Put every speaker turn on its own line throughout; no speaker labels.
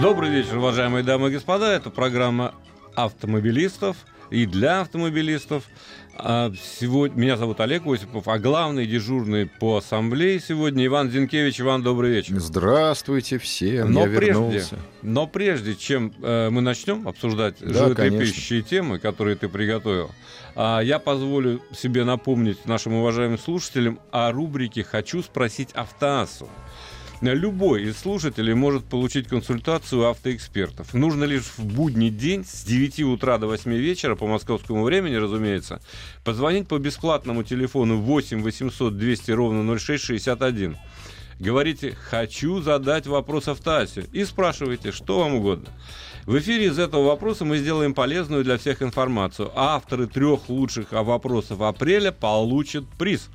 Добрый вечер, уважаемые дамы и господа. Это программа автомобилистов и для автомобилистов. А, Сегодня, меня зовут Олег Осипов, а главный дежурный по ассамблее сегодня Иван Зинкевич. Иван, добрый вечер.
Здравствуйте всем,
Но
я
прежде,
вернулся.
но прежде, чем э, мы начнем обсуждать
Да,
животрепещущие темы, которые ты приготовил, а, я позволю себе напомнить нашим уважаемым слушателям о рубрике «Хочу спросить автоассу». Любой из слушателей может получить консультацию у автоэкспертов. Нужно лишь в будний день с 9 утра до 8 вечера по московскому времени, разумеется, позвонить по бесплатному телефону 8 800 200 ровно 0661. Говорите «Хочу задать вопрос автоассе» и спрашивайте, что вам угодно. В эфире из этого вопроса мы сделаем полезную для всех информацию. Авторы трех лучших вопросов апреля получат приз.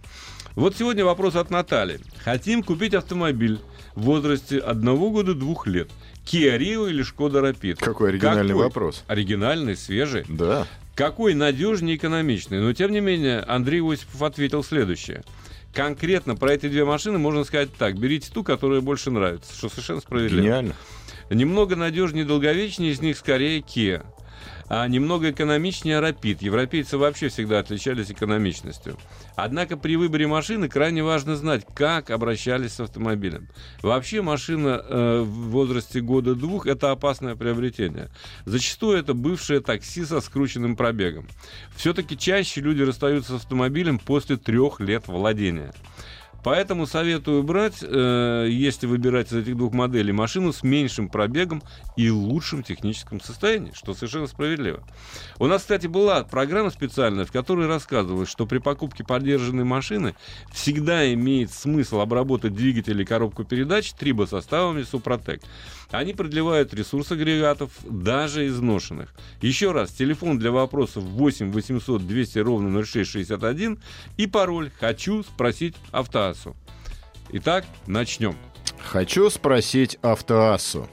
Вот сегодня вопрос от Натальи. Хотим купить автомобиль в возрасте одного года двух лет. Kia Rio или Шкода Rapid?
Какой оригинальный
Какой?
вопрос.
Оригинальный, свежий.
Да.
Какой надежнее и экономичный? Но, тем не менее, Андрей Осипов ответил следующее. Конкретно про эти две машины можно сказать так. Берите ту, которая больше нравится, что совершенно справедливо.
Гениально.
Немного надежнее и долговечнее из них скорее Kia. А немного экономичнее Rapid. Европейцы вообще всегда отличались экономичностью. Однако при выборе машины крайне важно знать, как обращались с автомобилем. Вообще машина э, в возрасте года двух – это опасное приобретение. Зачастую это бывшее такси со скрученным пробегом. Все-таки чаще люди расстаются с автомобилем после трех лет владения. Поэтому советую брать, э, если выбирать из этих двух моделей, машину с меньшим пробегом и лучшим техническом состоянии, что совершенно справедливо. У нас, кстати, была программа специальная, в которой рассказывалось, что при покупке поддержанной машины всегда имеет смысл обработать двигатель и коробку передач трибо составами Супротек. Они продлевают ресурс агрегатов, даже изношенных. Еще раз, телефон для вопросов 8 800 200 ровно 0661 и пароль «Хочу спросить автоассу». Итак, начнем.
Хочу спросить автоассу.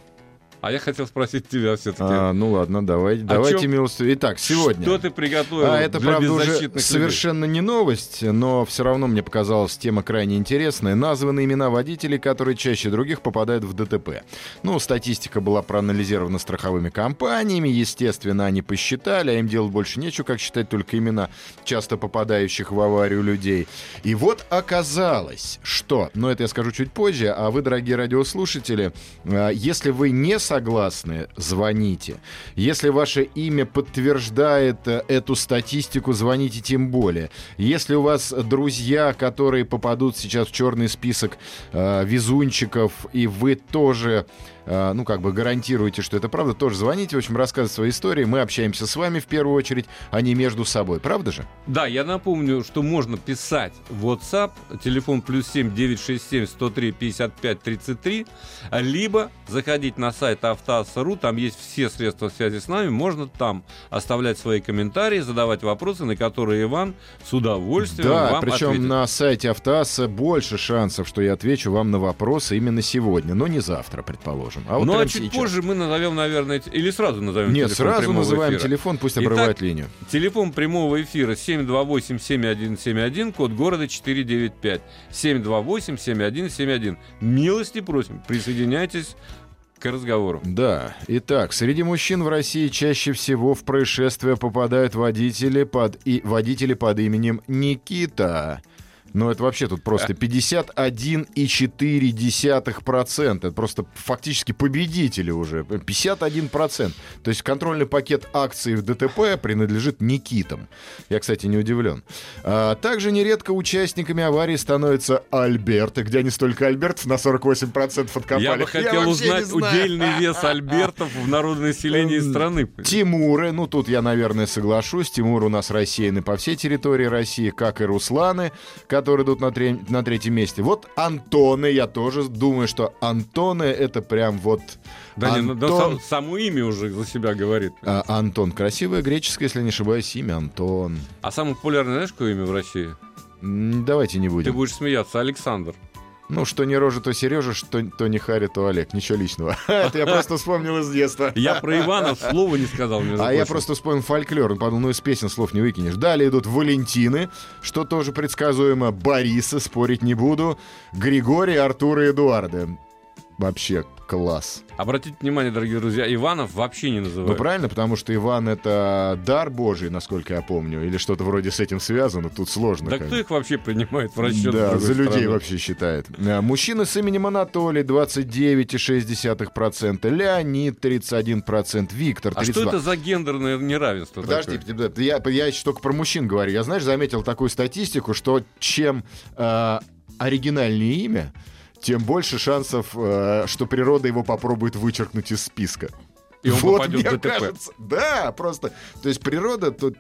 А я хотел спросить тебя все-таки.
А, ну ладно, давайте, давайте
чем?
милостью. Итак, сегодня.
Что ты приготовил
а это,
для
правда, уже
беззащитных людей?
совершенно не новость, но все равно мне показалась тема крайне интересная. Названы имена водителей, которые чаще других попадают в ДТП. Ну, статистика была проанализирована страховыми компаниями, естественно, они посчитали, а им делать больше нечего, как считать только имена часто попадающих в аварию людей. И вот оказалось, что, но это я скажу чуть позже, а вы, дорогие радиослушатели, э, если вы не согласны, звоните. Если ваше имя подтверждает э, эту статистику, звоните тем более. Если у вас друзья, которые попадут сейчас в черный список э, везунчиков, и вы тоже, э, ну, как бы гарантируете, что это правда, тоже звоните, в общем, рассказывайте свои истории. Мы общаемся с вами в первую очередь, а не между собой. Правда же?
Да, я напомню, что можно писать в WhatsApp, телефон плюс 7 967 103 55 33, а либо заходить на сайт автоаса.ру, там есть все средства связи с нами, можно там оставлять свои комментарии, задавать вопросы, на которые Иван с удовольствием
Да,
вам
причем
ответит.
на сайте Автоаса больше шансов, что я отвечу вам на вопросы именно сегодня, но не завтра, предположим. А вот
ну а
прямо
чуть
сейчас.
позже мы назовем, наверное, т- или сразу назовем
Нет,
телефон
сразу
прямого
называем
эфира.
телефон, пусть
Итак,
обрывает линию.
Телефон прямого эфира 728-7171, код города 495. 728-7171. Милости просим, присоединяйтесь к разговору.
Да. Итак, среди мужчин в России чаще всего в происшествия попадают водители под, и, водители под именем Никита. Но это вообще тут
А.
просто 51,4%. Это просто фактически победители уже. 51%. То есть контрольный пакет акций в ДТП принадлежит Никитам. Я, кстати, не удивлен. А, также нередко участниками аварии становятся Альберты. Где они столько Альбертов на 48% откопали?
Я бы хотел
вообще не
узнать
знаю.
удельный вес Альбертов в народонаселении
Эм,
страны.
Тимуры, ну тут я, наверное, соглашусь. Тимур у нас рассеяны по всей территории России, как и Русланы, которые идут на, тре- на третьем месте. Вот Антоны, я тоже думаю, что Антоны это прям вот...
Да не, ну, да
Антон-
сам- само имя уже за себя говорит.
А, Антон, красивое греческое, если не ошибаюсь, имя Антон.
А самое популярное, знаешь, какое имя в России?
М, Давайте не
Ты
будем.
будешь смеяться, Александр.
Ну, что не рожа, то Сережа, что то не Харя, то Олег. Ничего личного. Это я просто вспомнил из детства.
Я про Иванов слова не сказал. между
А я
прочим.
просто вспомнил фольклор. Он подумал, ну из песен слов не выкинешь. Далее идут Валентины, что тоже предсказуемо. Бориса, спорить не буду. Григорий, Артур и Эдуарды. Вообще класс.
Обратите внимание, дорогие друзья, Иванов вообще не
Ну
называют.
правильно, потому что Иван это дар божий, насколько я помню, или что-то вроде с этим связано, тут сложно.
да
как
кто
бы.
их вообще принимает в расчет? с
Да,
другой
за людей
стороны?
вообще считает. А, Мужчины с именем Анатолий 29,6%, Леонид 31%, Виктор 32%.
А что это за гендерное неравенство?
Подожди,
такое?
подожди, я, я еще только про мужчин говорю. Я, знаешь, заметил такую статистику, что чем э, оригинальнее имя, тем больше шансов, э, что природа его попробует вычеркнуть из списка.
И он
вот
попадет
мне
в ДТП.
кажется, да, просто. То есть природа тут.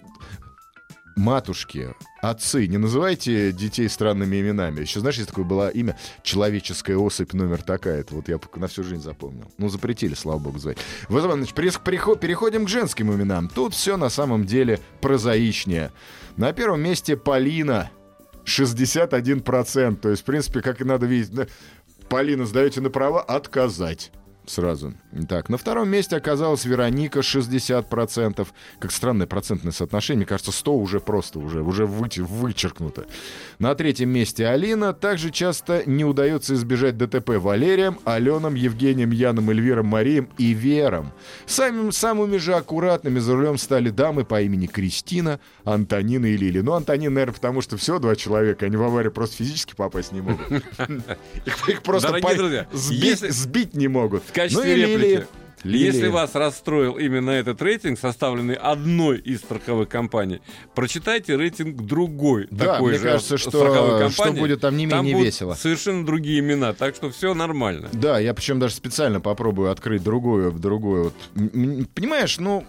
Матушки, отцы, не называйте детей странными именами. Еще знаешь, есть такое было имя «Человеческая особь номер такая». Это вот я на всю жизнь запомнил. Ну, запретили, слава богу, звать. Вот, значит, прес- перехо- переходим к женским именам. Тут все на самом деле прозаичнее. На первом месте Полина. 61%. То есть, в принципе, как и надо видеть, да, Полина, сдаете на права? Отказать. Сразу. Так, на втором месте оказалась Вероника 60%. Как странное процентное соотношение. Мне кажется, 100 уже просто, уже, уже выч- вычеркнуто. На третьем месте Алина. Также часто не удается избежать ДТП Валерием, Аленом, Евгением, Яном, Эльвиром, Марием и Вером. Самим, самыми же аккуратными за рулем стали дамы по имени Кристина, Антонина и Лили. Ну, Антонина, наверное, потому что все два человека, они в аварию просто физически попасть не могут. Их их просто
Дорогие
по-
друзья,
сбить,
если-
сбить не могут.
В качестве
Ну и Лили.
реплики.
Лили.
Если вас расстроил именно этот рейтинг, составленный одной из страховых компаний, прочитайте рейтинг другой
Да,
такой
мне
же
кажется, что-
страховой
что
компании.
будет там не менее
будут
весело.
Совершенно другие имена, так что все нормально.
Да, я причем даже специально попробую открыть другую, другую. Вот. М- м, Понимаешь, ну,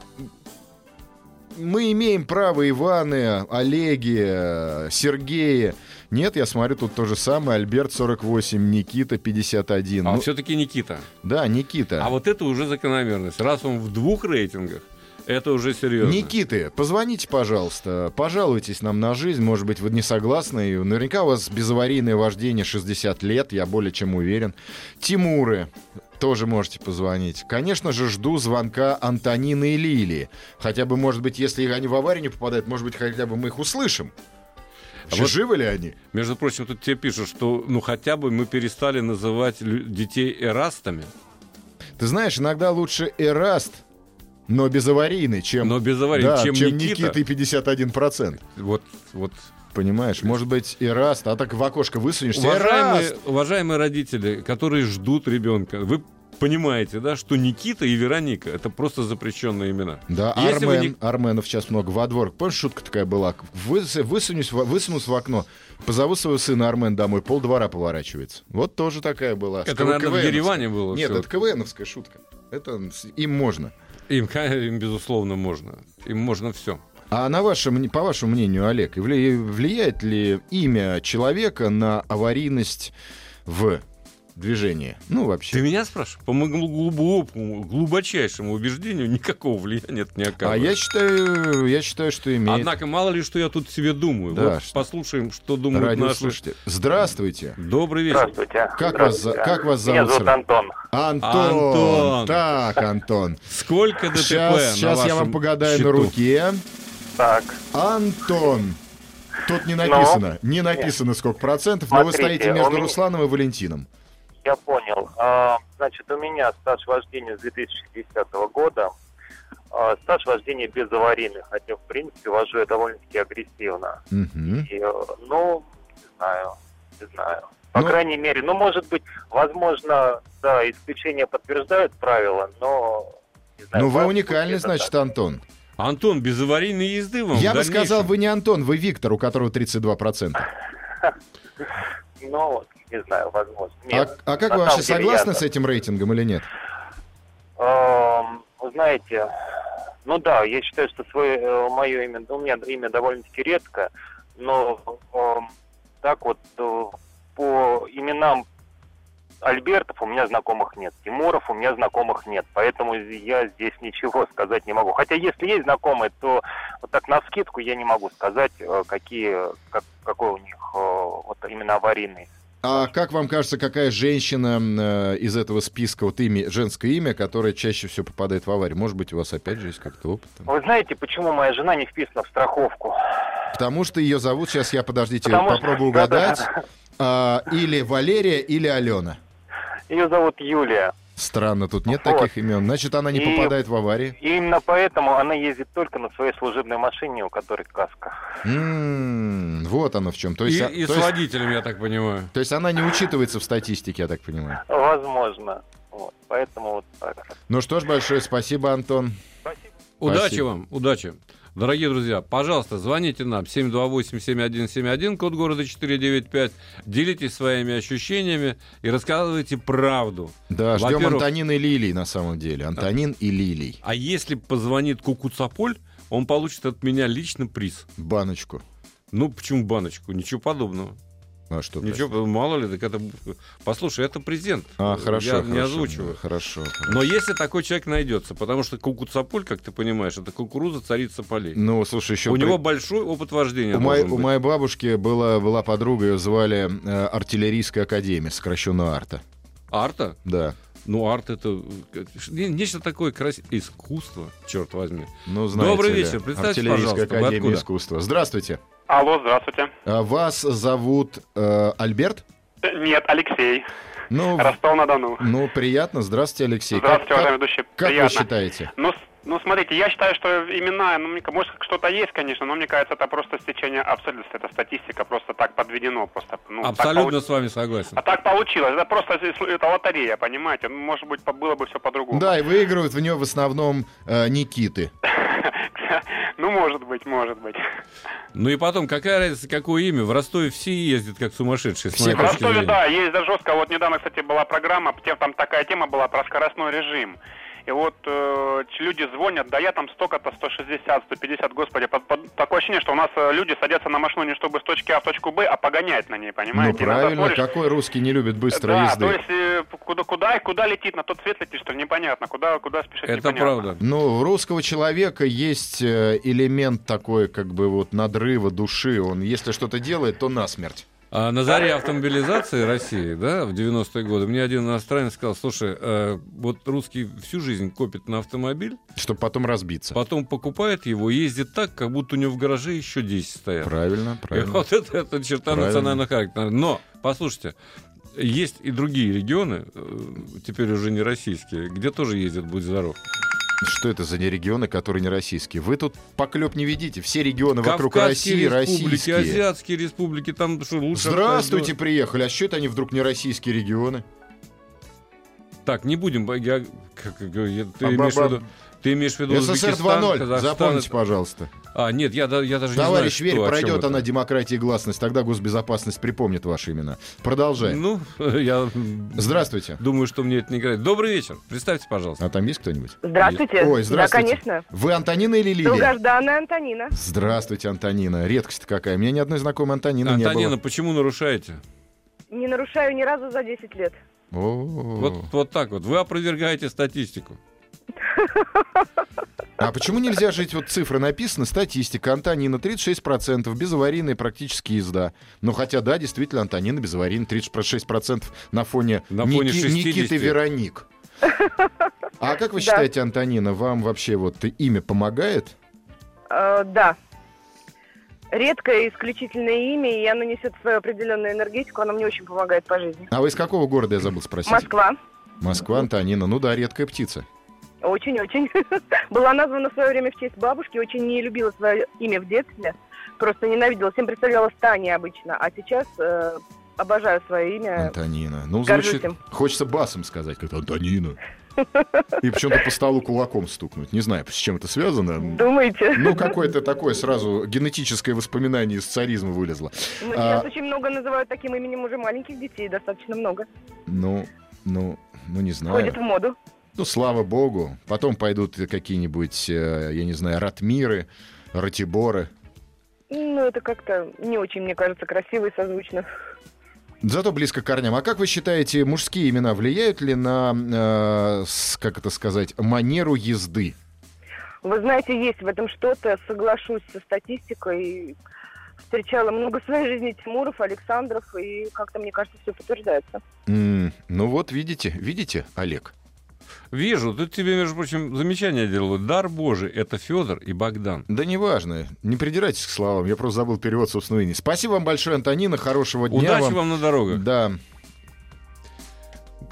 мы имеем право Иваны, Олеги, э, Сергея. Нет, я смотрю, тут то же самое. Альберт 48, Никита 51.
А
Ну,
все-таки Никита.
Да, Никита.
А вот это уже закономерность. Раз он в двух рейтингах, это уже серьезно.
Никиты, позвоните, пожалуйста, пожалуйтесь нам на жизнь, может быть, вы не согласны, и наверняка у вас безаварийное вождение 60 лет, я более чем уверен. Тимуры, тоже можете позвонить. Конечно же, жду звонка Антонины и Лилии. Хотя бы, может быть, если они в аварию не попадают, может быть, хотя бы мы их услышим. Вообще,
А вот-
живы ли они?
Между прочим, тут тебе пишут, что ну хотя бы мы перестали называть лю- детей эрастами,
Ты знаешь, иногда лучше Эраст, но безаварийный, чем...
но без аварий,
Да,
чем, Никита.
Никита и 51%.
Вот, вот.
Понимаешь, может быть, Эраст, а так в окошко высунешься. Эраст!
Уважаемые, уважаемые родители, которые ждут ребенка, вы понимаете, да, что Никита и Вероника это просто запрещенные имена.
Да,
Если вы
Армен,
не-
Арменов сейчас много во двор. Помнишь, шутка такая была? Выс- высунусь, во- высунусь в окно, позову своего сына Армен домой, пол двора поворачивается. Вот тоже такая была.
Это,
Кв-
наверное, в
КВНовская.
Ереване было.
Нет,
всё.
это КВНовская шутка. Это с- им можно.
Им, ка- им, безусловно, можно. Им можно все.
А на ваше, мн- по вашему мнению, Олег, вли- влияет ли имя человека на аварийность в движении? Ну,
Ты
вообще.
меня спрашиваешь? По моему глубокому, глубочайшему убеждению никакого влияния это не оказывает.
А я считаю, я считаю, что имеет.
Однако, мало ли, что я тут себе думаю.
Да,
Вот
что-
послушаем, что думают наши.
Радиослушатель. Здравствуйте.
Добрый вечер.
Здравствуйте.
Как вас за- как вас
Меня зовут
зовут, сэр?
Антон.
Антон.
Антон.
Так, Антон.
Сколько ДТП
Сейчас,
на
сейчас я
вашем
вам погадаю
счету?
на руке.
Так,
Антон. Тут не написано. не написано, сколько процентов, но вы
Смотрите,
стоите между
он-
Русланом и Валентином.
я понял. А, значит, у меня стаж вождения с 2010 года. А, стаж вождения без аварийных, хотя, в принципе, вожу я довольно-таки агрессивно.
Мгм.
И, э, ну, не знаю, не знаю. По
Ну-
крайней мере, ну, может быть, возможно, да, исключения подтверждают правила, но... не знаю,
Ну, вы
по-
уникальный,
это
значит,
так.
Антон.
Антон, без аварийной езды вам
Я
Ну,
бы
в
сказал,
дальнейшем.
вы не Антон, вы Виктор, у которого 32%.
Ну, не знаю, возможно.
А,
Нет,
а как
на
вы вообще
самом деле
согласны
я-
с этим рейтингом или нет?
Эм, вы знаете, ну да, я э, считаю, что свое, мое имя, ну, у меня имя довольно-таки редко, но эм, так вот э, по именам Альбертов у меня знакомых нет, Тимуров у меня знакомых нет, поэтому я здесь ничего сказать не могу. Хотя если есть знакомые, то вот так на скидку я не могу сказать, э, какие, как, какой у них э, вот именно аварийный.
А как вам кажется, какая женщина э, из этого списка, вот имя, женское имя, которое чаще всего попадает в аварию? Может быть, у вас опять же есть как-то опыт? там?
Вы знаете, почему моя жена не вписана в страховку?
Потому что ее зовут, сейчас я, подождите,
Потому что-
попробую угадать, а, или Валерия, или Алена.
Ее зовут Юлия.
Странно, тут нет
Вот.
таких имен. Значит, она не
И-
попадает в аварии.
И именно поэтому она ездит только на своей служебной машине, у которой каска.
М, М-м, вот оно в чем. То есть,
И-
а-
и
то
с
есть-
водителем, я так понимаю.
то есть она не учитывается в статистике, я так понимаю.
Возможно. Вот. Поэтому вот так.
Ну что ж, большое спасибо, Антон.
Спасибо.
Удачи
Спасибо.
вам, удачи. Дорогие друзья, пожалуйста, звоните нам 728-7171, код города 495. Делитесь своими ощущениями и рассказывайте правду.
Да, ждем
Во-первых-
Антонина и Лилий на самом деле. Антонин и Лилий.
А если позвонит Кукуцаполь, он получит от меня лично приз.
Баночку.
Ну, почему баночку? Ничего подобного.
А что?
Ничего, подобного. мало ли, так это... Послушай, это презент.
А, хорошо.
Я не
хорошо,
озвучиваю.
да, Хорошо.
Но если такой человек найдется, потому что кукуцаполь, как ты понимаешь, это кукуруза царица полей.
Ну, слушай, еще...
У него большой опыт вождения.
У моей,
должен
у
быть.
моей бабушки была, была подруга, ее звали э, Артиллерийская академия, сокращенно арта.
Арта?
Да.
Ну, арт это э, ш- не- нечто такое красивое. Искусство, черт возьми.
Ну, знаете
Добрый
ли,
вечер, представьтесь,
Артиллерийская
пожалуйста, вы
академия
откуда?
искусства. Здравствуйте.
Алло, здравствуйте.
А Вас зовут э, Альберт?
Э, Нет, Алексей,
Ну, в-
Ростов-на-Дону.
ну, приятно. Здравствуйте, Алексей.
Здравствуйте,
как,
уважаемый
как-
ведущий.
как вы
Приятно.
считаете?
Ну, с- ну, смотрите, я считаю, что имена, ну, мне ка- может, что-то есть, конечно, но мне кажется, это просто стечение обстоятельств, это статистика просто так подведено, просто. ну, так
Абсолютно
получ-
с вами согласен.
А так получилось, это просто здесь, это лотерея, понимаете? Ну, может быть, по- было бы все по-другому.
Да, и выигрывают в нее в основном э, Никиты.
Ну, может быть, может быть.
Ну и потом, какая разница, какое имя? В Ростове все ездят как сумасшедшие, с
Все
моей
В
как
точки
Ростове,
зрения.
да, ездят жестко. Вот недавно, кстати, была программа, те- там такая тема была про скоростной режим. И вот э, ч- люди звонят, да я там столько-то, 160, 150, господи, под- под- такое ощущение, что у нас э, люди садятся на машину не чтобы с точки А в точку Б, а погонять на ней,
Ну,
понимаете? Иногда
правильно,
смотришь, э,
какой русский не любит быстрой
да,
езды?
то есть э, куда, куда, куда летит, на тот свет летит, что ли, непонятно, куда, куда спешит,
Это
непонятно.
правда.
Ну, у русского человека есть э, элемент такой, как бы вот надрыва души. Он, если что-то делает, то насмерть.
А на заре автомобилизации России, да, в 90-е годы, мне один иностранец сказал, слушай, э, вот русский всю жизнь копит на автомобиль,
Чтобы потом разбиться.
потом покупает его и ездит так, как будто у него в гараже еще 10 стоят.
Правильно,
И
правильно.
вот это, это черта
Правильно.
национального характера. Но, послушайте, есть и другие регионы, э, теперь уже не российские, где тоже ездят «Будь здоров».
Что это за не регионы, которые не российские? Вы тут поклеп не ведите. Все регионы вокруг России
Кавказские республики,
российские.
азиатские республики, там что, лучше...
Здравствуйте, приехали. А что это они вдруг не российские регионы?
Так, не будем... бо- я- как- как- я- ты,
А,
имеешь в
ба-
виду, ты имеешь в виду
СССР
Узбекистан,
2.0.
Казахстан,
Запомните,
это-
пожалуйста.
А, нет, я, да- я даже не знаю,
Товарищ
что,
Верь,
о чем
пройдет
это.
она демократия и гласность. Тогда госбезопасность припомнит ваши имена. Продолжаем.
Ну, я
Здравствуйте.
думаю, что мне это не играет. Добрый вечер. Представьте, пожалуйста.
А там есть кто-нибудь?
Здравствуйте.
Ой, здравствуйте.
Да, конечно.
Вы Антонина или Лилия?
Долгожданная Антонина.
Здравствуйте, Антонина. Редкость какая. У меня ни одной знакомой Антонины
Антонина,
А, не
почему нарушаете?
Не нарушаю ни разу за 10 лет.
было. О-о-о.
Вот, вот так вот. Вы опровергаете статистику.
А почему нельзя жить? Вот цифры написаны, статистика. Антонина 36%, безаварийная практически езда. Ну, хотя, да, действительно, Антонина безаварийная 36% на фоне,
На фоне
Ники-
60.
Никиты Вероник. А как вы
Да.
считаете, Антонина, вам вообще вот имя помогает?
Э, да. Редкое, исключительное имя, и оно несет свою определенную энергетику, оно мне очень помогает по жизни.
А вы из какого города, я забыл спросить?
Москва.
Москва, Антонина. Ну да, редкая птица.
Очень-очень. Была названа в свое время в честь бабушки, очень не любила свое имя в детстве. Просто ненавидела. Всем представлялась Таня обычно. А сейчас э, обожаю свое имя.
Антонина. Ну,
горжусь
звучит...
им.
Хочется басом сказать, как Антонина. И почему-то по столу кулаком стукнуть. Не знаю, с чем это связано.
Думаете?
Ну, какое-то такое сразу генетическое воспоминание из царизма вылезло.
Ну,
а-
Сейчас очень много называют таким именем уже маленьких детей, достаточно много.
Ну, ну, ну, не
Входит в
знаю.
моду.
Ну, слава богу. Потом пойдут какие-нибудь, э, я не знаю, Ратмиры, Ратиборы.
Ну, это как-то не очень, мне кажется, красиво и созвучно.
Зато близко к корням. А как вы считаете, мужские имена влияют ли на, э, с- как это сказать, манеру езды?
Вы знаете, есть в этом что-то, соглашусь со статистикой. Встречала много в своей жизни Тимуров, Александров, и как-то, мне кажется, все подтверждается.
М, ну вот, видите, видите, Олег?
Вижу, тут тебе, между прочим, замечание делаю. Дар Божий — это Федор и Богдан.
Да неважно, не придирайтесь к словам, я просто забыл перевод собственного имени. Спасибо вам большое, Антонина, хорошего дня
Удачи вам. на дорогах.
Да,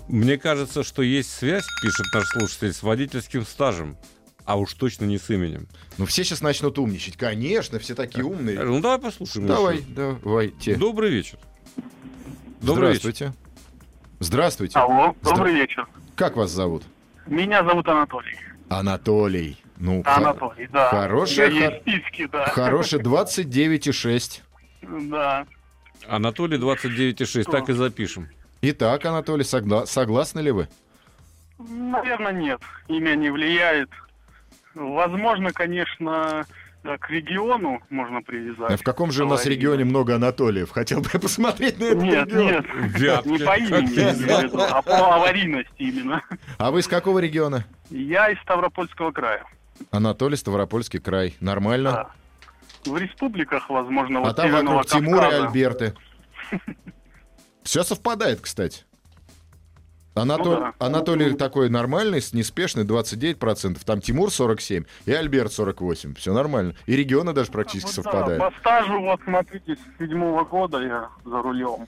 Мне кажется, что есть связь, пишет наш слушатель, с водительским стажем. А уж точно не с именем.
ну все сейчас начнут умничать. Конечно, все такие умные.
Ну, давай послушаем.
Давай,
Мишу.
давайте.
Добрый вечер. Добрый вечер.
Здравствуйте. Здравствуйте.
Алло,
Здра-
добрый вечер.
Как вас зовут?
Меня зовут Анатолий.
Анатолий. Ну, хо-
Анатолий, да.
хорошая
У меня
хор-
есть списки, да.
хороший 29,6.
Да.
Анатолий 29,6. Так и запишем.
Итак, Анатолий, согла- согласны ли вы?
Наверное, нет. Имя не влияет. Возможно, конечно, да, к региону можно привязать.
А в каком же у нас
Аварийно.
регионе много Анатолиев? Хотел бы я посмотреть на этот
Нет,
регион.
нет.
Вятка.
Не по
Как
имени,
я
я имею в виду, а по аварийности именно.
А вы из какого региона?
Я из Ставропольского края.
Анатолий, Ставропольский край. Нормально.
Да. В республиках, возможно,
а
вот
там
Северного
вокруг Тимура и
Кавказа.
Альберты. Все совпадает, кстати. Анатоль-
Ну да.
Анатолий такой нормальный, с- неспешный, 29%. Там Тимур 47 и Альберт 48. Все нормально. И регионы даже практически
Вот Ну да,
совпадают.
по стажу, вот смотрите, с седьмого года я за рулем.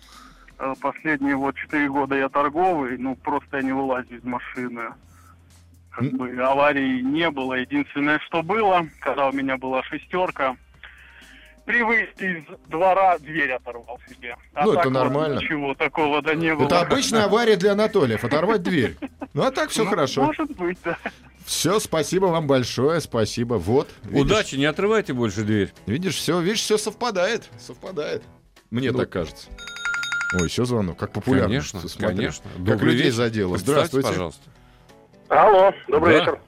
Э, Последние вот четыре года я торговый, ну просто я не вылазю из машины. Как
М.
бы аварий не было. Единственное, что было, когда у меня была шестерка, при выезде из двора дверь оторвал себе. А
Ну, это
так вот
нормально.
ничего такого да не было.
Это обычная авария для Анатолия. Оторвать дверь. Ну а так все
Ну,
хорошо.
Может быть, да.
Все, спасибо вам большое, спасибо. Вот. видишь?
Удачи, не отрывайте больше дверь.
Видишь, все, видишь, все совпадает. Совпадает. Мне
Ну.
так кажется. Ой, еще звонок. Как популярно.
Конечно,
С- смотри.
конечно.
Как
Добрый
людей
вечер.
задело.
Представьте,
Здравствуйте.
пожалуйста.
Алло, добрый
Да.
вечер.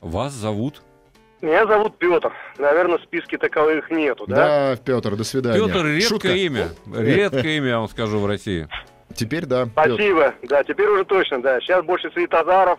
Вас зовут?
Меня зовут Петр. Наверное, в списке таковых нету, да?
Да, Петр, до свидания.
Петр редкое
Шутка. Э.
имя. Редкое имя, я вам скажу, в России.
Теперь да. Петр.
Спасибо. Да, теперь уже точно, да. Сейчас больше Светозаров.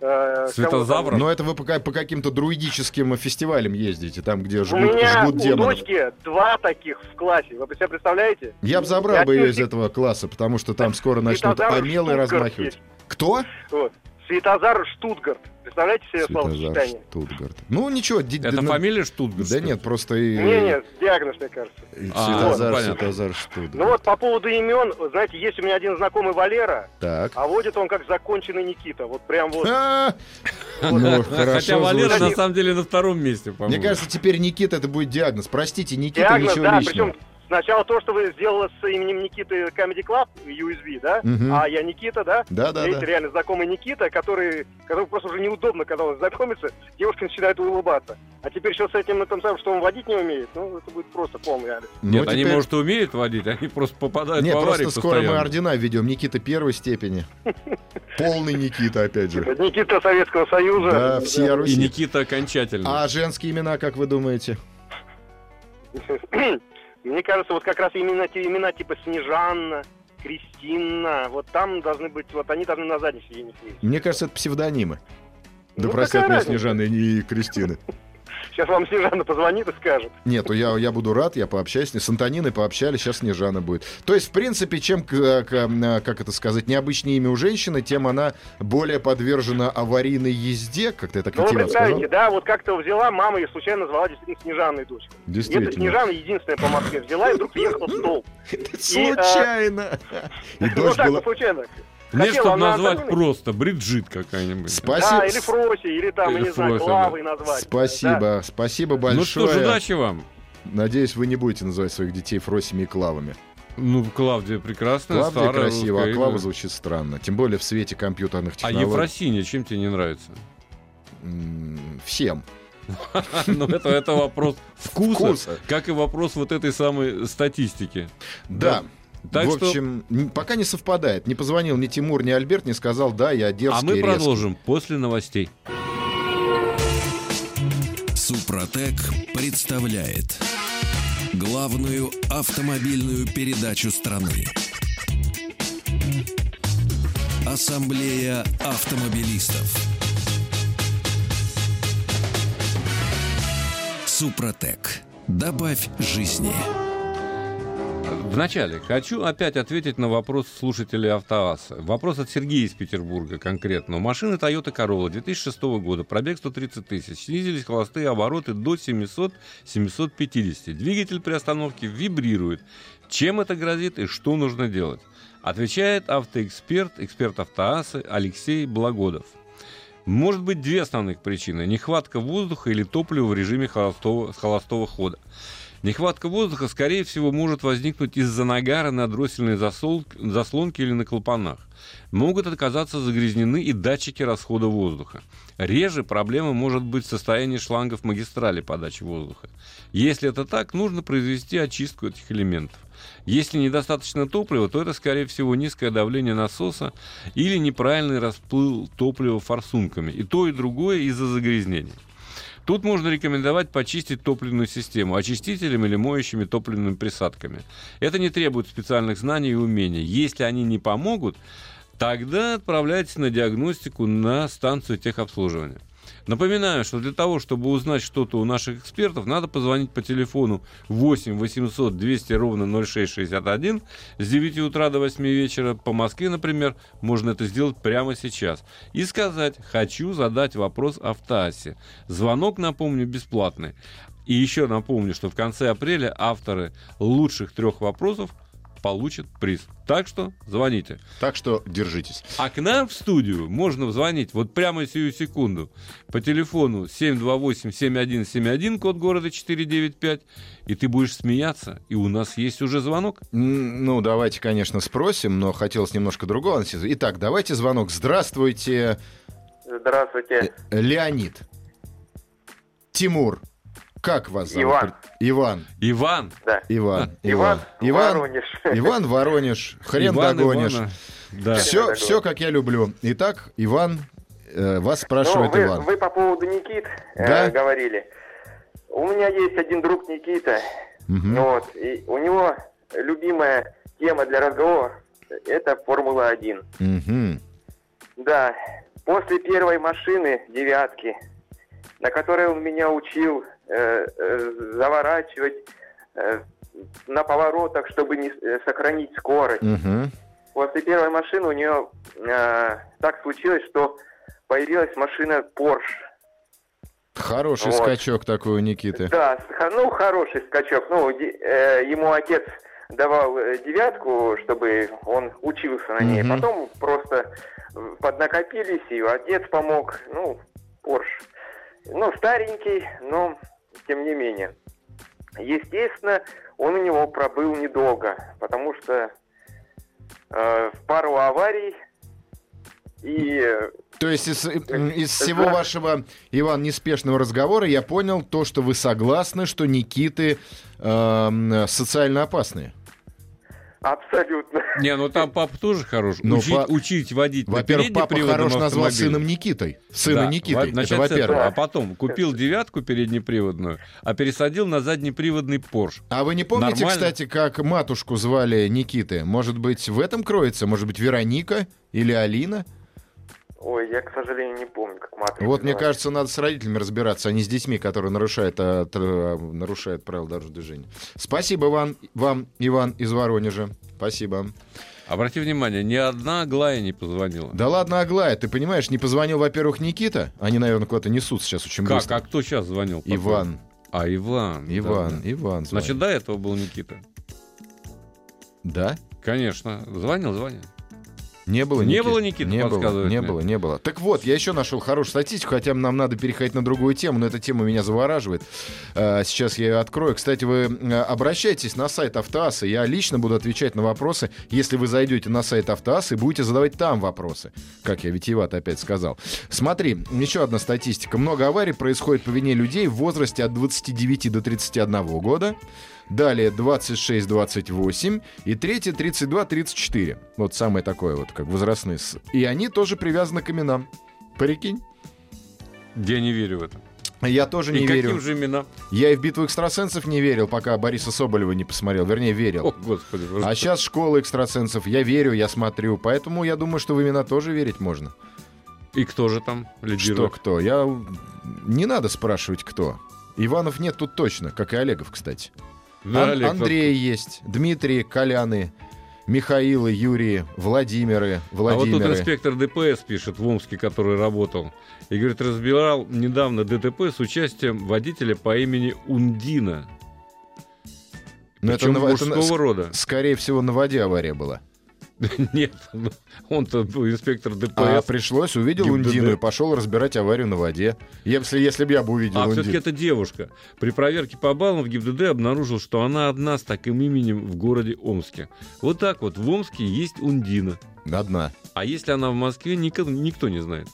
э,
Светозавр.
Но это вы по, по каким-то друидическим фестивалям ездите, там, где
кого-то. У
жгут,
меня
жгут
у
демонов.
дочки два таких в классе. Вы себе представляете?
Я бы забрал
Я
бы ее из
чувствую-
этого класса, потому что там скоро начнут
Светозаров
помелы
Штутгарт
размахивать.
есть.
Кто?
Вот. Светозар Штутгарт. Представляете себе
Светозар
словосочетание?
Штутгарт. Ну, ничего. ди-
Это
да, ну,
фамилия Штутгарт?
Да
что ли?
нет, просто и...
Не, нет, диагноз, мне кажется.
и
А,
Светозар,
понятно.
Светозар Штутгарт.
Ну вот по поводу имен, вы знаете, есть у меня один знакомый Валера,
Так.
а водит он как законченный Никита. Вот прям вот.
А, ну,
Хотя
хорошо
Валера
звучит.
на самом деле на втором месте, по-моему.
Мне кажется, теперь Никита это будет диагноз. Простите, Никита,
Диагноз,
ничего
да,
личного.
причем сначала то, что вы сделали с именем Никиты Comedy Club, USV, да?
Мгм.
А я Никита, да?
Да, да,
Видите,
да.
реально знакомый Никита, который, которому просто уже неудобно, когда он знакомится, девушка начинает улыбаться. А теперь еще с этим, тем самым, что он водить не умеет, ну, это будет просто полный адрес.
Ну,
Нет, они,
теперь-
может, и умеют водить, они просто попадают
Нет,
в аварии
просто скоро мы
постоянно.
ордена ведем. Никита первой степени. Полный Никита, опять же.
Никита Советского Союза.
Да, все
И
Руси.
Никита окончательно.
А женские имена, как вы думаете?
Мне кажется, вот как раз именно те имена типа Снежанна, Кристина, вот там должны быть, вот они должны на заднем сиденье сидеть.
Мне кажется, это псевдонимы. Да
Ну,
простят
какая
меня
разница?
Снежаны и Кристины.
Сейчас вам Снежанна позвонит и скажет.
Нет, ну я, я буду рад, я пообщаюсь. с ней. С Антониной пообщались, сейчас Снежана будет. То есть, в принципе, чем, к- к- э, как это сказать, необычнее имя у женщины, тем она более подвержена аварийной езде, как ты так
Ну, вы
красиво сказал.
представляете, да, вот как-то взяла мама и случайно звала действительно Снежанной дочку. И эта
Действительно.
Снежана единственная по Москве взяла и вдруг ехала в столб.
Случайно. И
Ну
дождь
так,
была...
вот случайно.
Мне,
хотела
чтобы
она
назвать
Антонина?
просто Бриджит какая-нибудь.
Да,
Спасибо.
А, или Фроси, или там, я
Или
не знаю,
Фрося, да.
Клавой назвать.
Спасибо, спасибо
Ну что
большое.
ж, удачи вам.
Надеюсь, вы не будете называть своих детей Фросими и Клавами.
Ну, Клавдия прекрасная,
Клавдия
старая
красиво,
русская
а Клава
имя.
звучит странно. Тем более в свете компьютерных
А
технологий.
Ефросинья чем тебе не нравится?
М, Всем.
Ну, это, это вопрос вкуса,
Вкуса.
как и вопрос вот этой самой статистики.
Да.
Так
в
что-
общем, н- пока не совпадает. Не позвонил ни Тимур, ни Альберт, не сказал, да, я дерзкий.
А мы
резкий».
продолжим после новостей.
Супротек представляет главную автомобильную передачу страны. Ассамблея автомобилистов. Супротек. Добавь жизни.
Вначале хочу опять ответить на вопрос слушателей Автоаса. Вопрос от Сергея из Петербурга конкретно. Машина Toyota Corolla 2006 года, пробег 130 тысяч, снизились холостые обороты до 700-750. Двигатель при остановке вибрирует. Чем это грозит и что нужно делать? Отвечает автоэксперт, эксперт Автоаса Алексей Благодов. Может быть две основных причины. Нехватка воздуха или топлива в режиме холостого, холостого хода. Нехватка воздуха, скорее всего, может возникнуть из-за нагара на дроссельной засол- заслонке или на клапанах. Могут оказаться загрязнены и датчики расхода воздуха. Реже проблема может быть в состоянии шлангов магистрали подачи воздуха. Если это так, нужно произвести очистку этих элементов. Если недостаточно топлива, то это, скорее всего, низкое давление насоса или неправильный расплыл топлива форсунками. И то, и другое из-за загрязнений. Тут можно рекомендовать почистить топливную систему очистителем или моющими топливными присадками. Это не требует специальных знаний и умений. Если они не помогут, тогда отправляйтесь на диагностику на станцию техобслуживания. Напоминаю, что для того, чтобы узнать что-то у наших экспертов, надо позвонить по телефону 8 800 200 ровно 0661 с 9 утра до 8 вечера. По Москве, например, можно это сделать прямо сейчас. И сказать «Хочу задать вопрос автоассе». Звонок, напомню, бесплатный. И еще напомню, что в конце апреля авторы лучших трех вопросов получат приз. Так что звоните.
Так что держитесь.
А к нам в студию можно звонить вот прямо сию секунду по телефону 728-7171, код города 495, и ты будешь смеяться, и у нас есть уже звонок.
М, Ну, давайте, конечно, спросим, но хотелось немножко другого. Итак, давайте звонок. Здравствуйте, Ну,
Здравствуйте,
Леонид. Тимур. Как вас зовут?
Иван.
Иван.
Иван.
да.
Иван.
Иван,
Иван.
Воронеж.
Иван Воронеж. Хрен
Иван,
догонишь.
Ивана. Да.
Все,
Хрен
все,
догонишь.
как я люблю. Итак, Иван, э, вас спрашивает
Ну, вы,
Иван.
вы по поводу Никит э,
Да.
говорили. У меня есть один друг Никита,
Мгм.
вот, и у него любимая тема для разговора – это Формула-1.
Мгм.
Да, после первой машины девятки, на которой он меня учил э, э, заворачивать э, на поворотах, чтобы не с- э, сохранить скорость.
Мгм.
После первой машины у нее э, так случилось, что появилась машина Porsche.
Хороший
Вот.
скачок такой у Никиты.
Да, с- хо- ну хороший скачок. Ну, де- э, ему отец давал э, девятку, чтобы он учился на ней.
Мгм.
Потом просто э, поднакопились, и отец помог. Ну, Порш. Ну, старенький, но тем не менее. Естественно, он у него пробыл недолго, потому что э, пару аварий и э,
То есть из, м, из
Да.
всего вашего, Иван, неспешного разговора я понял то, что вы согласны, что Никиты эм, социально опасные.
абсолютно.
Не, ну там папа тоже хорош.
Ну,
учить,
па-
учить водить на
Во-первых,
переднем
папа
приводном
хорош назвал
автомобиле.
сыном Никитой. Сына
Да, во-
Никитой. Это
начать с этого.
во-первых.
А потом купил девятку переднеприводную, а пересадил на заднеприводный Порш.
А вы не помните,
Нормально.
кстати, как матушку звали Никиты? Может быть, в этом кроется? Может быть, Вероника или Алина?
Ой, я, к сожалению, не помню, как матрица.
Вот, мне
называется.
кажется, надо с родителями разбираться, а не с детьми, которые нарушают, а, тр- а, нарушают правила дорожного движения. Спасибо Иван, вам, Иван из Воронежа. Спасибо.
Обрати внимание, ни одна Глая не позвонила.
Да ладно, Аглая, ты понимаешь, не позвонил, во-первых, Никита. Они, наверное, куда-то несут сейчас очень
Как?
быстро.
А кто сейчас звонил? потом?
Иван,
А, Иван. да,
Иван,
да.
Иван. звонит.
Значит, до этого был Никита.
да?
Конечно. Звонил, звонил.
Не было
Не
Никиты.
было Никиты,
не было,
подсказывает
не
мне.
было, не было. Так вот, я еще нашел хорошую статистику, хотя нам надо переходить на другую тему, но эта тема меня завораживает. Э, Сейчас я ее открою. Кстати, вы э, обращайтесь на сайт Автоаса, я лично буду отвечать на вопросы, если вы зайдете на сайт Автоаса и будете задавать там вопросы. Как я витиевато опять сказал. Смотри, еще одна статистика. Много аварий происходит по вине людей в возрасте от 29 до 31 года. Далее 26-28 и третье 32-34. Вот самое такое вот, как возрастные. с- И они тоже привязаны к именам. Прикинь?
Я не верю в это.
Я тоже не
И
верю.
каким же имена?
Я и в битву экстрасенсов не верил, пока Бориса Соболева не посмотрел. Вернее, верил.
О, господи.
А сейчас школа экстрасенсов. Я верю, я смотрю. Поэтому я думаю, что в имена тоже верить можно.
И кто же там
Что
лидирует?
кто? Я... Не надо спрашивать, кто. Иванов нет тут точно, как и Олегов, кстати.
Да,
Ан-
Олег, вот
Андрей есть, Дмитрий, Коляны, Михаилы, Юрии, Владимиры,
А вот тут
Владимиры.
инспектор ДПС пишет в Омске, который работал. И говорит, разбирал недавно ДТП с участием водителя по имени Ундина.
Но Ну, это
причем
на- это на-
мужского
ск-
рода.
Скорее всего, на воде авария была.
Нет, ну, он-то был инспектор ДПС.
А
А,
пришлось, увидел
ГИБДД.
Ундину и пошел разбирать аварию на воде. Если, если бы я бы увидел Ундину.
все-таки А, это девушка. При проверке по баллам в ГИБДД обнаружил, что она одна с таким именем в городе Омске. Вот так вот, в Омске есть Ундина.
Одна.
А если она в Москве, нико- никто не знает.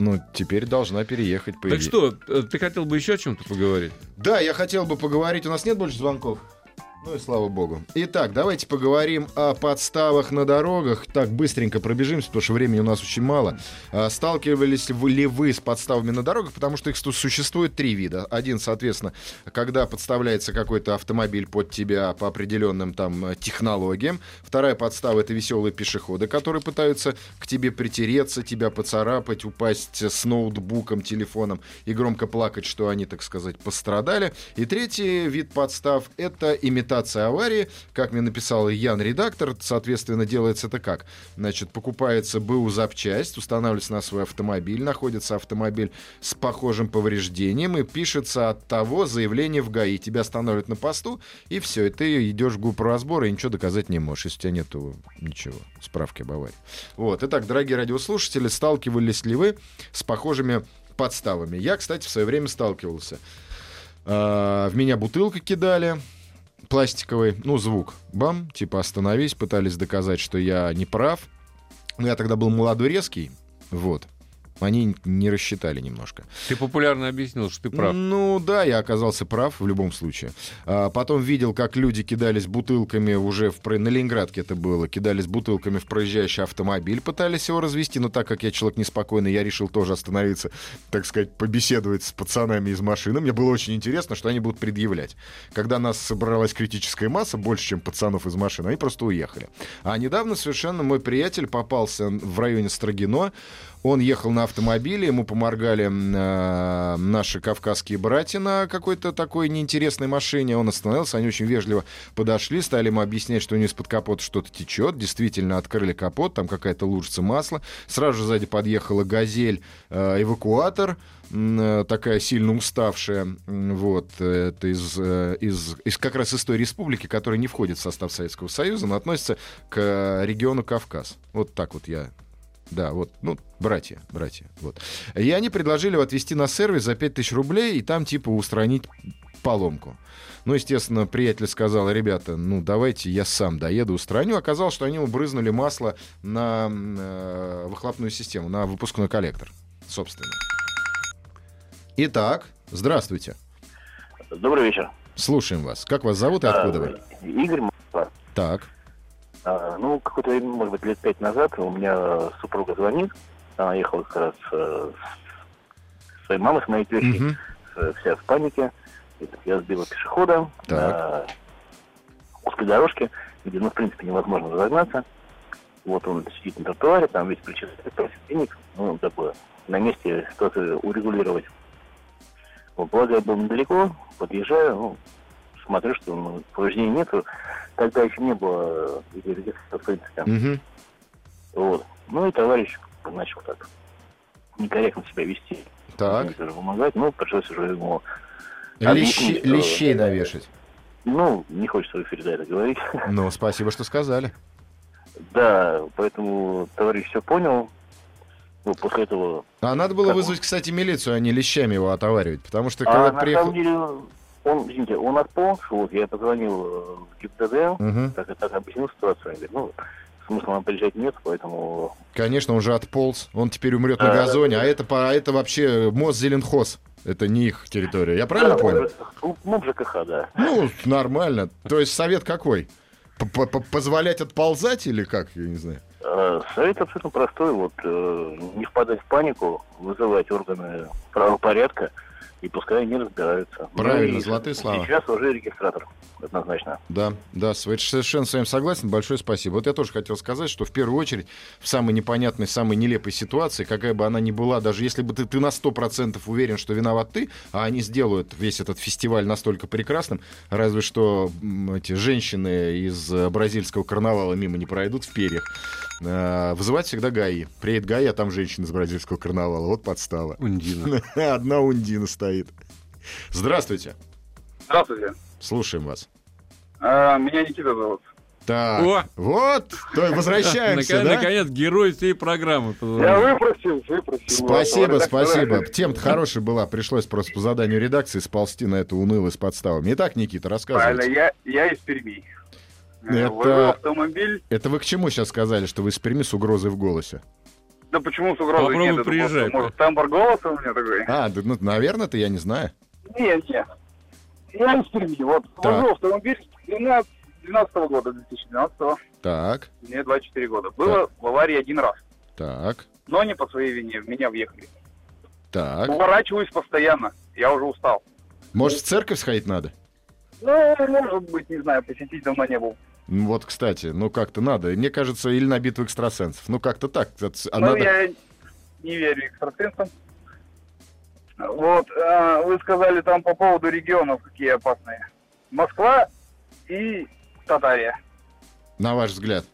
Ну, теперь должна переехать, по
Так
идее.
что, э, ты хотел бы еще о чем-то поговорить?
Да, я хотел бы поговорить. У нас нет больше звонков? Ну и слава богу. Итак, давайте поговорим о подставах на дорогах. Так, быстренько пробежимся, потому что времени у нас очень мало. А, Сталкивались вы- ли вы с подставами на дорогах? Потому что их су- существует три вида. Один, соответственно, когда подставляется какой-то автомобиль под тебя по определенным там э, технологиям. Вторая подстава — это веселые пешеходы, которые пытаются к тебе притереться, тебя поцарапать, упасть с ноутбуком, телефоном и громко плакать, что они, так сказать, пострадали. И третий вид подстав — это имитация аварии. Как мне написал Ян Редактор, соответственно, делается это как? Значит, покупается БУ запчасть, устанавливается на свой автомобиль, находится автомобиль с похожим повреждением и пишется от того заявление в ГАИ. Тебя останавливают на посту, и все, и ты идешь в группу разбора, и ничего доказать не можешь, если у тебя нету ничего, справки об аварии. Вот. Итак, дорогие радиослушатели, сталкивались ли вы с похожими подставами? Я, кстати, в свое время сталкивался. А, В меня бутылка кидали пластиковый, ну, звук. Бам, типа остановись, пытались доказать, что я не прав. Но я тогда был молодой, резкий, вот. Они не рассчитали немножко.
Ты популярно объяснил, что ты прав.
Ну да, я оказался прав в любом случае. А, потом видел, как люди кидались бутылками уже в про- на Ленинградке это было, кидались бутылками в проезжающий автомобиль, пытались его развести, но так как я человек неспокойный, я решил тоже остановиться, так сказать, побеседовать с пацанами из машины. Мне было очень интересно, что они будут предъявлять. Когда нас собралась критическая масса, больше, чем пацанов из машины, они просто уехали. А недавно совершенно мой приятель попался в районе Строгино. Он ехал на автомобиле, ему поморгали э, наши кавказские братья на какой-то такой неинтересной машине. Он остановился, они очень вежливо подошли, стали ему объяснять, что у него из-под капота что-то течет. Действительно, открыли капот, там какая-то лужица масла. Сразу же сзади подъехала «Газель», э, эвакуатор, м, э, такая сильно уставшая. М, Вот, э, это из, э, из, из как раз из той республики, которая не входит в состав Советского Союза, но относится к э, региону Кавказ. Вот так вот я да, вот, ну, братья, братья, вот. И они предложили его отвезти на сервис за 5000 рублей и там, типа, устранить поломку. Ну, естественно, приятель сказал, ребята, ну, давайте я сам доеду, устраню. Оказалось, что они убрызнули масло на м, э, выхлопную систему, на выпускной коллектор, собственно. Итак, здравствуйте.
Добрый вечер.
Слушаем вас. Как вас зовут и откуда вы?
А, Игорь Москва.
Так,
А, Ну, какое-то время, может быть, лет пять назад у меня супруга звонит. Она ехала как раз э, с своей мамой, с моей тещей,
мгм,
э, вся в панике. И так Я сбила пешехода
Так.
на узкой дорожке, где, ну, в принципе, невозможно разогнаться. Вот он сидит на тротуаре, там весь причастный, просит денег. Ну, такое. На месте ситуацию урегулировать. Вот, благо, я был недалеко, подъезжаю, ну, смотрю, что ну, повреждений нету. Тогда еще не было э, видеорегистратора, в принципе.
мгм.
Вот. Ну и товарищ начал так некорректно себя вести.
Так,
Мне тоже помогать, ну, пришлось уже ему...
Лещи-
объяснить, что-
лещей навешать.
Ну, не хочется в эфире да, это говорить.
Ну, спасибо, что сказали.
Да, поэтому товарищ все понял. Ну, после этого...
А надо было
Кого?
вызвать, кстати, милицию, а не лещами его отоваривать, потому что когда
А на
приехал...
самом деле, он, извините, он отполз, вот, я позвонил э, в ГИБДД,
Мгм.
так и так объяснил ситуацию. Я говорю, ну, смысла нам приезжать нет, поэтому...
Конечно, он же отполз, он теперь умрет на
Да, да,
газоне,
да.
а это, по- а это вообще МОЗ-Зеленхоз. Это не их территория, я правильно
Да,
понял?
ну, Ну, в ЖКХ, да.
Ну, нормально. То есть совет какой? П- п- Позволять отползать или как? Я не знаю.
Э, Совет абсолютно простой, вот э, не впадать в панику, вызывать органы правопорядка,
и пускай они разбираются.
Правильно,
Ну и
золотые слова.
Сейчас уже регистратор, однозначно.
Да, да, с- совершенно с вами согласен. Большое спасибо. Вот я тоже хотел сказать, что в первую очередь в самой непонятной, самой нелепой ситуации, какая бы она ни была, даже если бы ты, ты на 100% уверен, что виноват ты, а они сделают весь этот фестиваль настолько прекрасным, разве что м, эти женщины из э, бразильского карнавала мимо не пройдут в перьях, э, вызывать всегда ГАИ. Приедет ГАИ, а там женщина из бразильского карнавала. Вот подстава.
Ундина.
Одна ундина стоит. Здравствуйте.
Здравствуйте. А,
Слушаем вас.
меня Никита зовут.
Так,
О!
вот, то возвращаемся,
Наконец-
да?
Наконец, герой всей программы.
Я выпросил, выпросил.
Спасибо,
Вот,
спасибо. Тема-то хорошая была, пришлось просто по заданию редакции сползти на эту унылую с подставами. Итак, Никита,
Правильно,
рассказывайте.
я, я из Перми.
Это-
Это... Вожу автомобиль.
Это вы к чему сейчас сказали, что вы из Перми с угрозой в голосе?
Да почему с угрозой
Попробуй
нет? Это
приезжай,
просто,
Павел.
Может, тембр голоса у меня такой?
А, да, ну, наверное-то я не знаю.
Не, не. Я из Перми. Вот,
Так.
вожу автомобиль с 12 -го года, 2012 -го.
Так,
Мне 24 года. Было в аварии один раз.
так,
Но не по своей вине. В меня въехали.
так.
Уворачиваюсь постоянно. Я уже устал.
Может, в церковь сходить надо?
Ну, может быть, не знаю, посетить давно не был.
Ну, Вот, кстати, ну как-то надо. Мне кажется, или на битву экстрасенсов. Ну, как-то так. А
Но
надо-
я не верю экстрасенсам. Вот, а, вы сказали там по поводу регионов, какие опасные. Москва и Татария.
на ваш взгляд.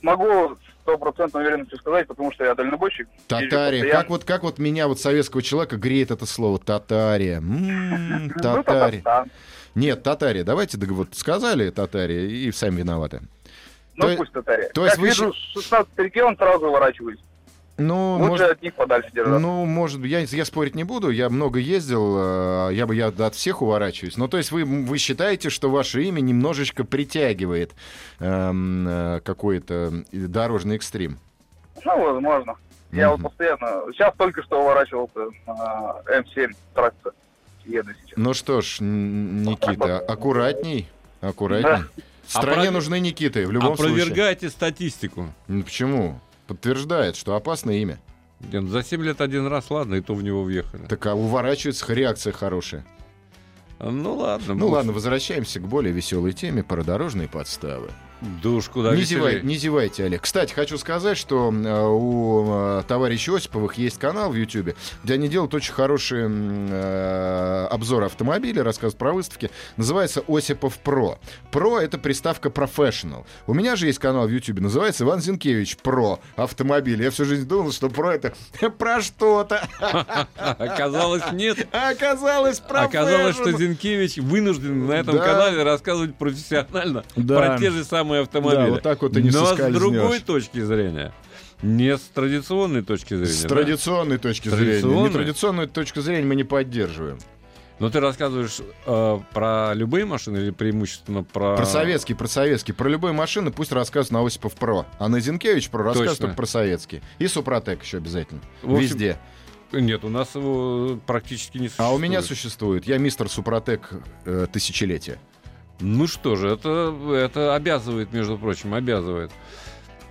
Могу стопроцентно уверенностью сказать, потому что я дальнобойщик. Езжу
Татария.
постоянно.
Как вот, как вот меня, вот советского человека, греет это слово «татария». М,
Ну,
Татария.
Татарстан.
Нет, татария. Давайте договор- вот сказали татария и сами виноваты.
Ну,
То-
пусть Татария.
то есть
как
вы
вижу, 16 регион, сразу уворачиваюсь.
Ну,
Лучше
может,
от них подальше держаться.
ну, может, быть, я, я спорить не буду, я много ездил, э, я бы я от всех уворачиваюсь. Но то есть вы, вы считаете, что ваше имя немножечко притягивает эм, э, какой-то дорожный экстрим?
Ну, возможно. Я вот
Мгм.
постоянно... Сейчас только что уворачивался на М7 тракта. Еду сейчас.
Ну что ж, н- Никита, аккуратней, аккуратней. Стране
Опро-
нужны Никиты в любом случае.
Опровергайте статистику.
Ну, Почему? Подтверждает, что опасное имя.
Ден, ну, За 7 лет один раз, ладно, и то в него въехали.
Так а уворачивается, реакция хорошая.
Ну ладно.
Ну
бог-
ладно, возвращаемся к более веселой теме про дорожные подставы.
Да уж куда
не,
веселее.
зевай- не зевайте, Олег. Кстати, хочу сказать, что э, у э, товарища Осиповых есть канал в Ютьюбе, где они делают очень хорошие м, э, обзоры автомобилей, рассказывают про выставки. Называется Осипов Про. Про — это приставка Professional. У меня же есть канал в Ютьюбе, называется Иван Зинкевич Про автомобили. Я всю жизнь думал, что про это про что-то.
Оказалось, нет.
А оказалось, про
Оказалось, что
Professional.
Зинкевич вынужден на этом
Да.
канале рассказывать профессионально
Да.
про те же самые автомобили.
Да, вот так вот и не
Но с
соскользнешь.
другой точки зрения. Не с традиционной точки зрения.
С
да?
традиционной точки зрения.
Традиционной?
Нетрадиционную точку зрения мы не поддерживаем.
Но ты рассказываешь э, про любые машины или преимущественно про...
Про советский, про советский. Про любые машины пусть рассказывают на Осипов Про. А на Зинкевич Про расскажут
Точно.
только про советский. И Супротек еще обязательно.
В общем,
Везде.
Нет, у нас его практически не существует.
А у меня существует. Я мистер Супротек э, тысячелетия.
Ну что же, это, это обязывает, между прочим, обязывает.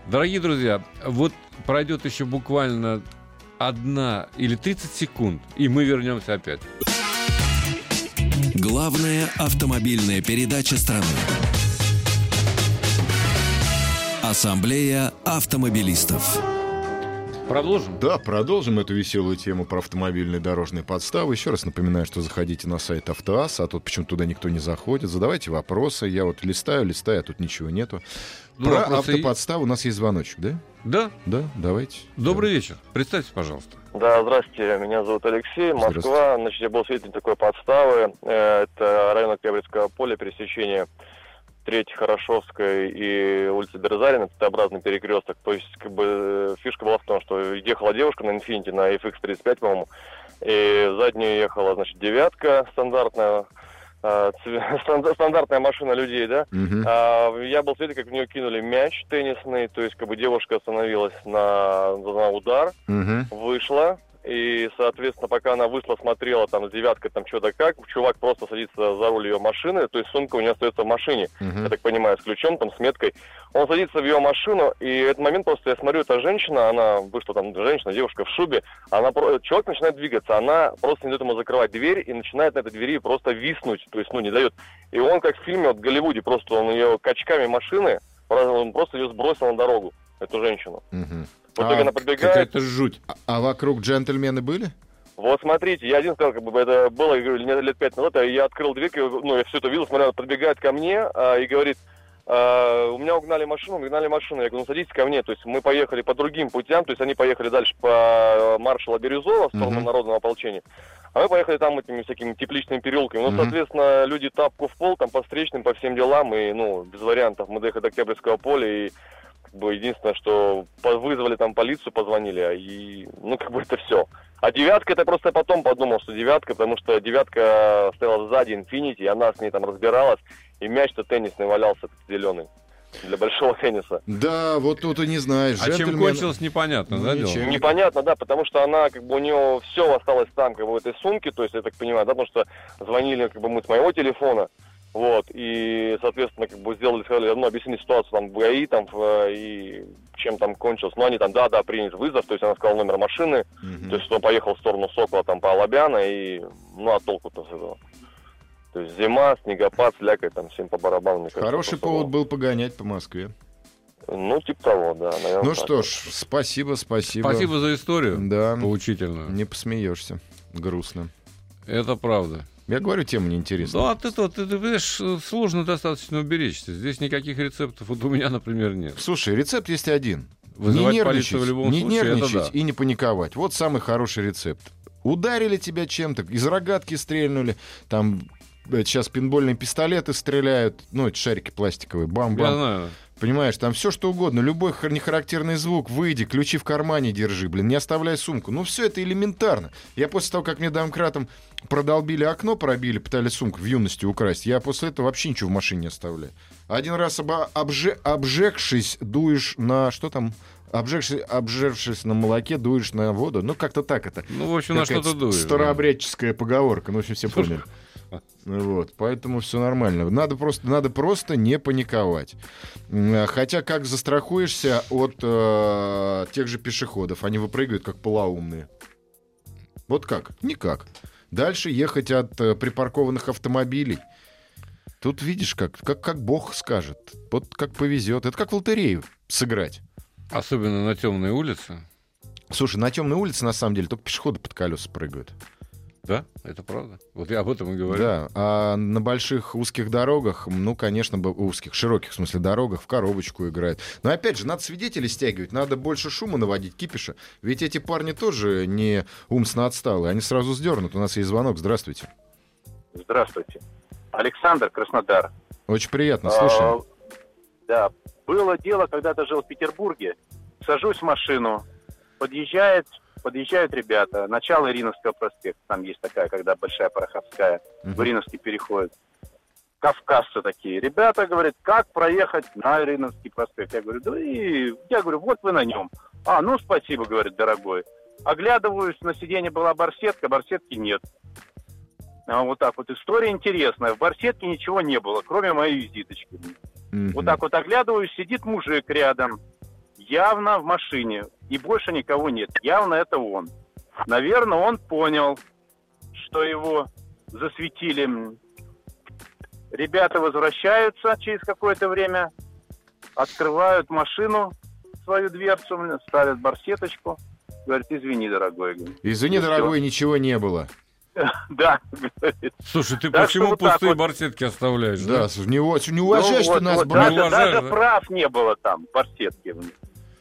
Дорогие друзья, вот пройдет еще буквально одна или 30 секунд, и мы вернемся опять.
Главная автомобильная передача страны. Ассамблея автомобилистов.
Продолжим?
Да, продолжим эту веселую тему про автомобильные дорожные подставы. Еще раз напоминаю, что заходите на сайт Автоаса, а тут почему туда никто не заходит. Задавайте вопросы. Я вот листаю, листаю, а тут ничего нету.
Ну,
про
вопросы и-
автоподставу у нас есть звоночек, да?
Да,
Да, давайте.
добрый вечер. Представьте, пожалуйста.
Да, здравствуйте, меня зовут Алексей, Москва. Значит, я был свидетелем такой подставы. Э, Это район Октябрьского поля, пересечение Третьей Хорошевской и улицы Березарина, это Т-образный перекресток. То есть, как бы, э, фишка была в том, что ехала девушка на «Инфинити», на FX35, по-моему, и заднюю ехала, значит, «девятка» стандартная, э, цве- стандар- стандартная машина людей, да,
Мгм.
а, Я был свидетель, как в нее кинули мяч теннисный, то есть как бы девушка остановилась на, на удар,
Мгм.
вышла, И, соответственно, пока она вышла, смотрела там с девяткой там что-то как, чувак просто садится за руль ее машины, то есть сумка у нее остается в машине,
Мгм.
я так понимаю, с ключом, там, с меткой. Он садится в ее машину, и этот момент просто, я смотрю, эта женщина, она вышла там, женщина, девушка в шубе, она, про- человек начинает двигаться, она просто не дает ему закрывать дверь и начинает на этой двери просто виснуть, то есть, ну, не дает. И он, как в фильме, вот в Голливуде, просто он ее качками машины, он просто ее сбросил на дорогу, эту женщину.
Мгм.
В итоге
А
она прибегает,
Какая-то жуть.
А- А вокруг джентльмены были?
вот смотрите, я один сказал, как бы это было, я говорю, лет, лет пять назад, а я открыл дверь, и, ну, я все это видел, смотрел, подбегает ко мне а, и говорит, «А, у меня угнали машину, угнали машину. Я говорю, ну садитесь ко мне. То есть мы поехали по другим путям, то есть они поехали дальше по э, маршала Бирюзова в сторону
Мгм.
народного ополчения. А мы поехали там этими всякими тепличными переулками. Ну,
Мгм.
соответственно, люди тапку в пол, там по встречным, по всем делам, и, ну, без вариантов. Мы доехали до Октябрьского поля, и как бы единственное, что по- вызвали там полицию, позвонили, а и, ну, как бы это все. А девятка, это просто я потом подумал, что девятка, потому что девятка стояла сзади Инфинити, и она с ней там разбиралась, и мяч-то теннисный валялся зеленый для большого тенниса.
Да, вот тут и не знаешь.
А чем
джентльмены-
кончилось, непонятно,
Ну,
да,
ничем.
дело?
Непонятно, да, потому что она, как бы, у нее все осталось там, как бы, в этой сумке, то есть, я так понимаю, да, потому что звонили, как бы, мы с моего телефона, вот, и, соответственно, как бы, сделали, сказали, ну, объяснили ситуацию, там, в ГАИ, там, в, э, и чем там кончилось, ну, они там, да, да, принят вызов, то есть, она сказала номер машины,
Мгм.
то есть, он поехал в сторону Сокола, там, по Алабяна, и, ну, а толку-то с этого? То есть, зима, снегопад, слякоть, там, всем по барабану. мне кажется,
Хороший
просто
повод был погонять по Москве.
было. Ну, типа того, да, наверное.
Ну что ж, спасибо, спасибо.
Спасибо за историю
Да,
поучительную.
не посмеешься. Грустно.
Это правда.
Я говорю, тема неинтересная.
Ну, от этого, ты, ты понимаешь, сложно достаточно уберечься. Здесь никаких рецептов вот у меня, например, нет.
Слушай, рецепт есть один.
Вызывать
не нервничать,
полицию в любом
не
случае, это
нервничать
да.
и не паниковать. Вот самый хороший рецепт. Ударили тебя чем-то, из рогатки стрельнули, там сейчас пинбольные пистолеты стреляют, ну, эти шарики пластиковые,
Я
бам-бам.
знаю.
Понимаешь, там все что угодно, любой хар- нехарактерный звук, выйди, ключи в кармане держи, блин, не оставляй сумку. Ну все это элементарно. Я после того, как мне домкратом продолбили окно, пробили, пытались сумку в юности украсть, я после этого вообще ничего в машине не оставляю. Один раз оба- обже- обжегшись, дуешь на... Что там? Обжегшись, обжевшись на молоке, дуешь на воду. Ну, как-то так это.
Ну, в общем, на
Какая-то
что-то
ст-
дует. а.
Старообрядческая поговорка, ну, в общем, все поняли. Ну Вот, поэтому все нормально. Надо просто, надо просто не паниковать. М, а, Хотя как застрахуешься от э, тех же пешеходов? Они выпрыгивают как полоумные. Вот как? Никак. Дальше ехать от э, припаркованных автомобилей. Тут видишь, как, как, как Бог скажет. Вот как повезет. Это как в лотерею сыграть.
Особенно на темной улице.
Слушай, на темной улице, на самом деле, только пешеходы под колеса прыгают.
Да, это правда. Вот я об этом и говорю.
Да, а на больших узких дорогах, ну, конечно, бы- узких, широких, в смысле, дорогах в коробочку играют. Но опять же, надо свидетелей стягивать, надо больше шума наводить, кипиша. Ведь эти парни тоже не умственно отсталые, они сразу сдернут. У нас есть звонок, здравствуйте.
Здравствуйте. Александр Краснодар.
Очень приятно, Ну, слушаем.
А, Да, было дело, когда-то жил в Петербурге. Сажусь в машину, подъезжает, подъезжают ребята. Начало Ириновского проспекта, там есть такая, когда Большая Пороховская, в
Мгм.
Ириновский переходит. Кавказцы такие. Ребята говорят, как проехать на Ириновский проспект? Я говорю, да и... Я говорю, вот вы на нем. А, ну спасибо, говорит, дорогой. Оглядываюсь, на сиденье была барсетка, барсетки нет. А вот так вот. История интересная. В барсетке ничего не было, кроме моей визиточки.
Мгм.
Вот так вот оглядываюсь, сидит мужик рядом, явно в машине, и больше никого нет. Явно это он. Наверное, он понял, что его засветили. Ребята возвращаются через какое-то время, открывают машину, свою дверцу, м, ставят барсеточку. Говорит, извини, дорогой. Говорит,
Извини,
и всё.
дорогой, ничего не было.
Да, говорит.
Слушай, ты
Так
почему
что вот так
пустые
вот.
барсетки оставляешь?
Да, с- не, у- не уважаешь ты
Ну, вот,
нас,
вот,
бра-
даже,
уважаю,
даже
да.
прав не было там, барсетки.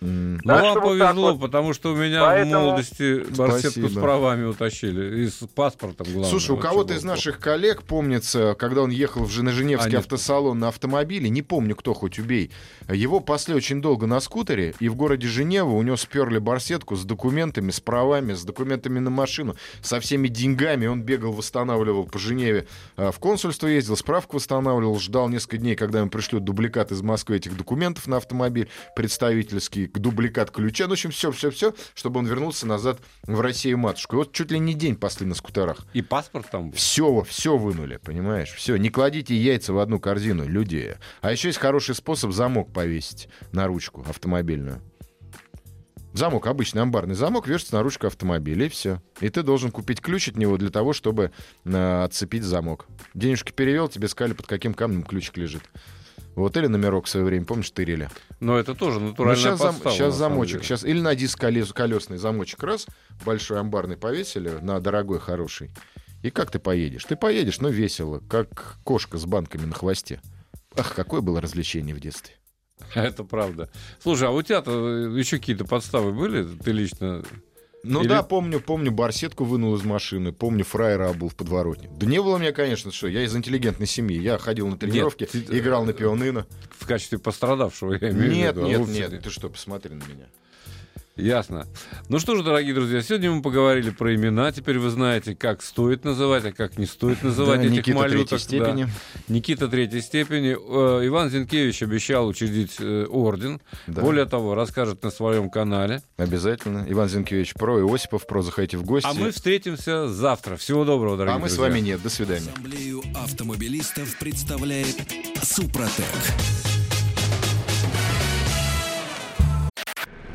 М,
Ну,
Так
вам
что вот так
повезло,
вот.
потому что у меня
Поэтому-
в молодости барсетку с
Спасибо.
правами утащили. И с паспортом, главное.
Слушай, у
вообще
кого-то
было
из
плохо.
наших коллег, помнится, когда он ехал в Жен-
А,
Женевский
нет.
автосалон на автомобиле, не помню кто, хоть убей, его пасли очень долго на скутере, и в городе Женева у него сперли барсетку с документами, с правами, с документами на машину, со всеми деньгами. Он бегал, восстанавливал по Женеве, э, в консульство ездил, справку восстанавливал, ждал несколько дней, когда ему пришлют дубликат из Москвы этих документов на автомобиль представительский, дубликат ключа, ну, в общем, все-все-все, чтобы он вернулся назад в Россию матушку. И вот чуть ли не день пасли на скутерах.
И паспорт там был.
Все, все вынули, понимаешь? Все, не кладите яйца в одну корзину, люди. А еще есть хороший способ замок повесить на ручку автомобильную. Замок, обычный амбарный замок, вешается на ручку автомобиля, и все. И ты должен купить ключ от него для того, чтобы э, отцепить замок. Денежки перевел, тебе сказали, под каким камнем ключик лежит. Вот, или номерок в свое время, помнишь, тырили.
Но это тоже
Ну,
натуральная
сейчас, зам-
подстава,
сейчас
на самом
замочек,
деле.
сейчас или на диск колес- колесный замочек раз, большой амбарный повесили, на дорогой, хороший. И как ты поедешь? Ты поедешь, но весело, как кошка с банками на хвосте. Ах, какое было развлечение в детстве.
Это правда. Слушай, а у тебя-то еще какие-то подставы были? Ты лично...
Ну
Или-
да, помню, помню, барсетку вынул из машины, помню, фраера был в подворотне. Да не было у меня, конечно, что, я из интеллигентной семьи, я ходил на тренировки,
ты-
играл на пианино.
В качестве пострадавшего, я имею в
Нет,
виду, а
нет,
вовсе
нет,
не.
ты что, посмотри на меня.
Ясно. Ну что же, дорогие друзья, сегодня мы поговорили про имена. Теперь вы знаете, как стоит называть, а как не стоит называть
Да,
этих
Никита
малюток.
третьей
да.
степени.
Никита третьей степени. Э, Иван Зинкевич обещал учредить э, орден.
Да.
Более того, расскажет на своем канале.
Обязательно. Иван Зинкевич про, Иосипов про, заходите в гости.
А мы встретимся завтра. Всего доброго, дорогие
а мы с
друзья.
вами нет. До свидания.
Ассамблею автомобилистов представляет Супротек.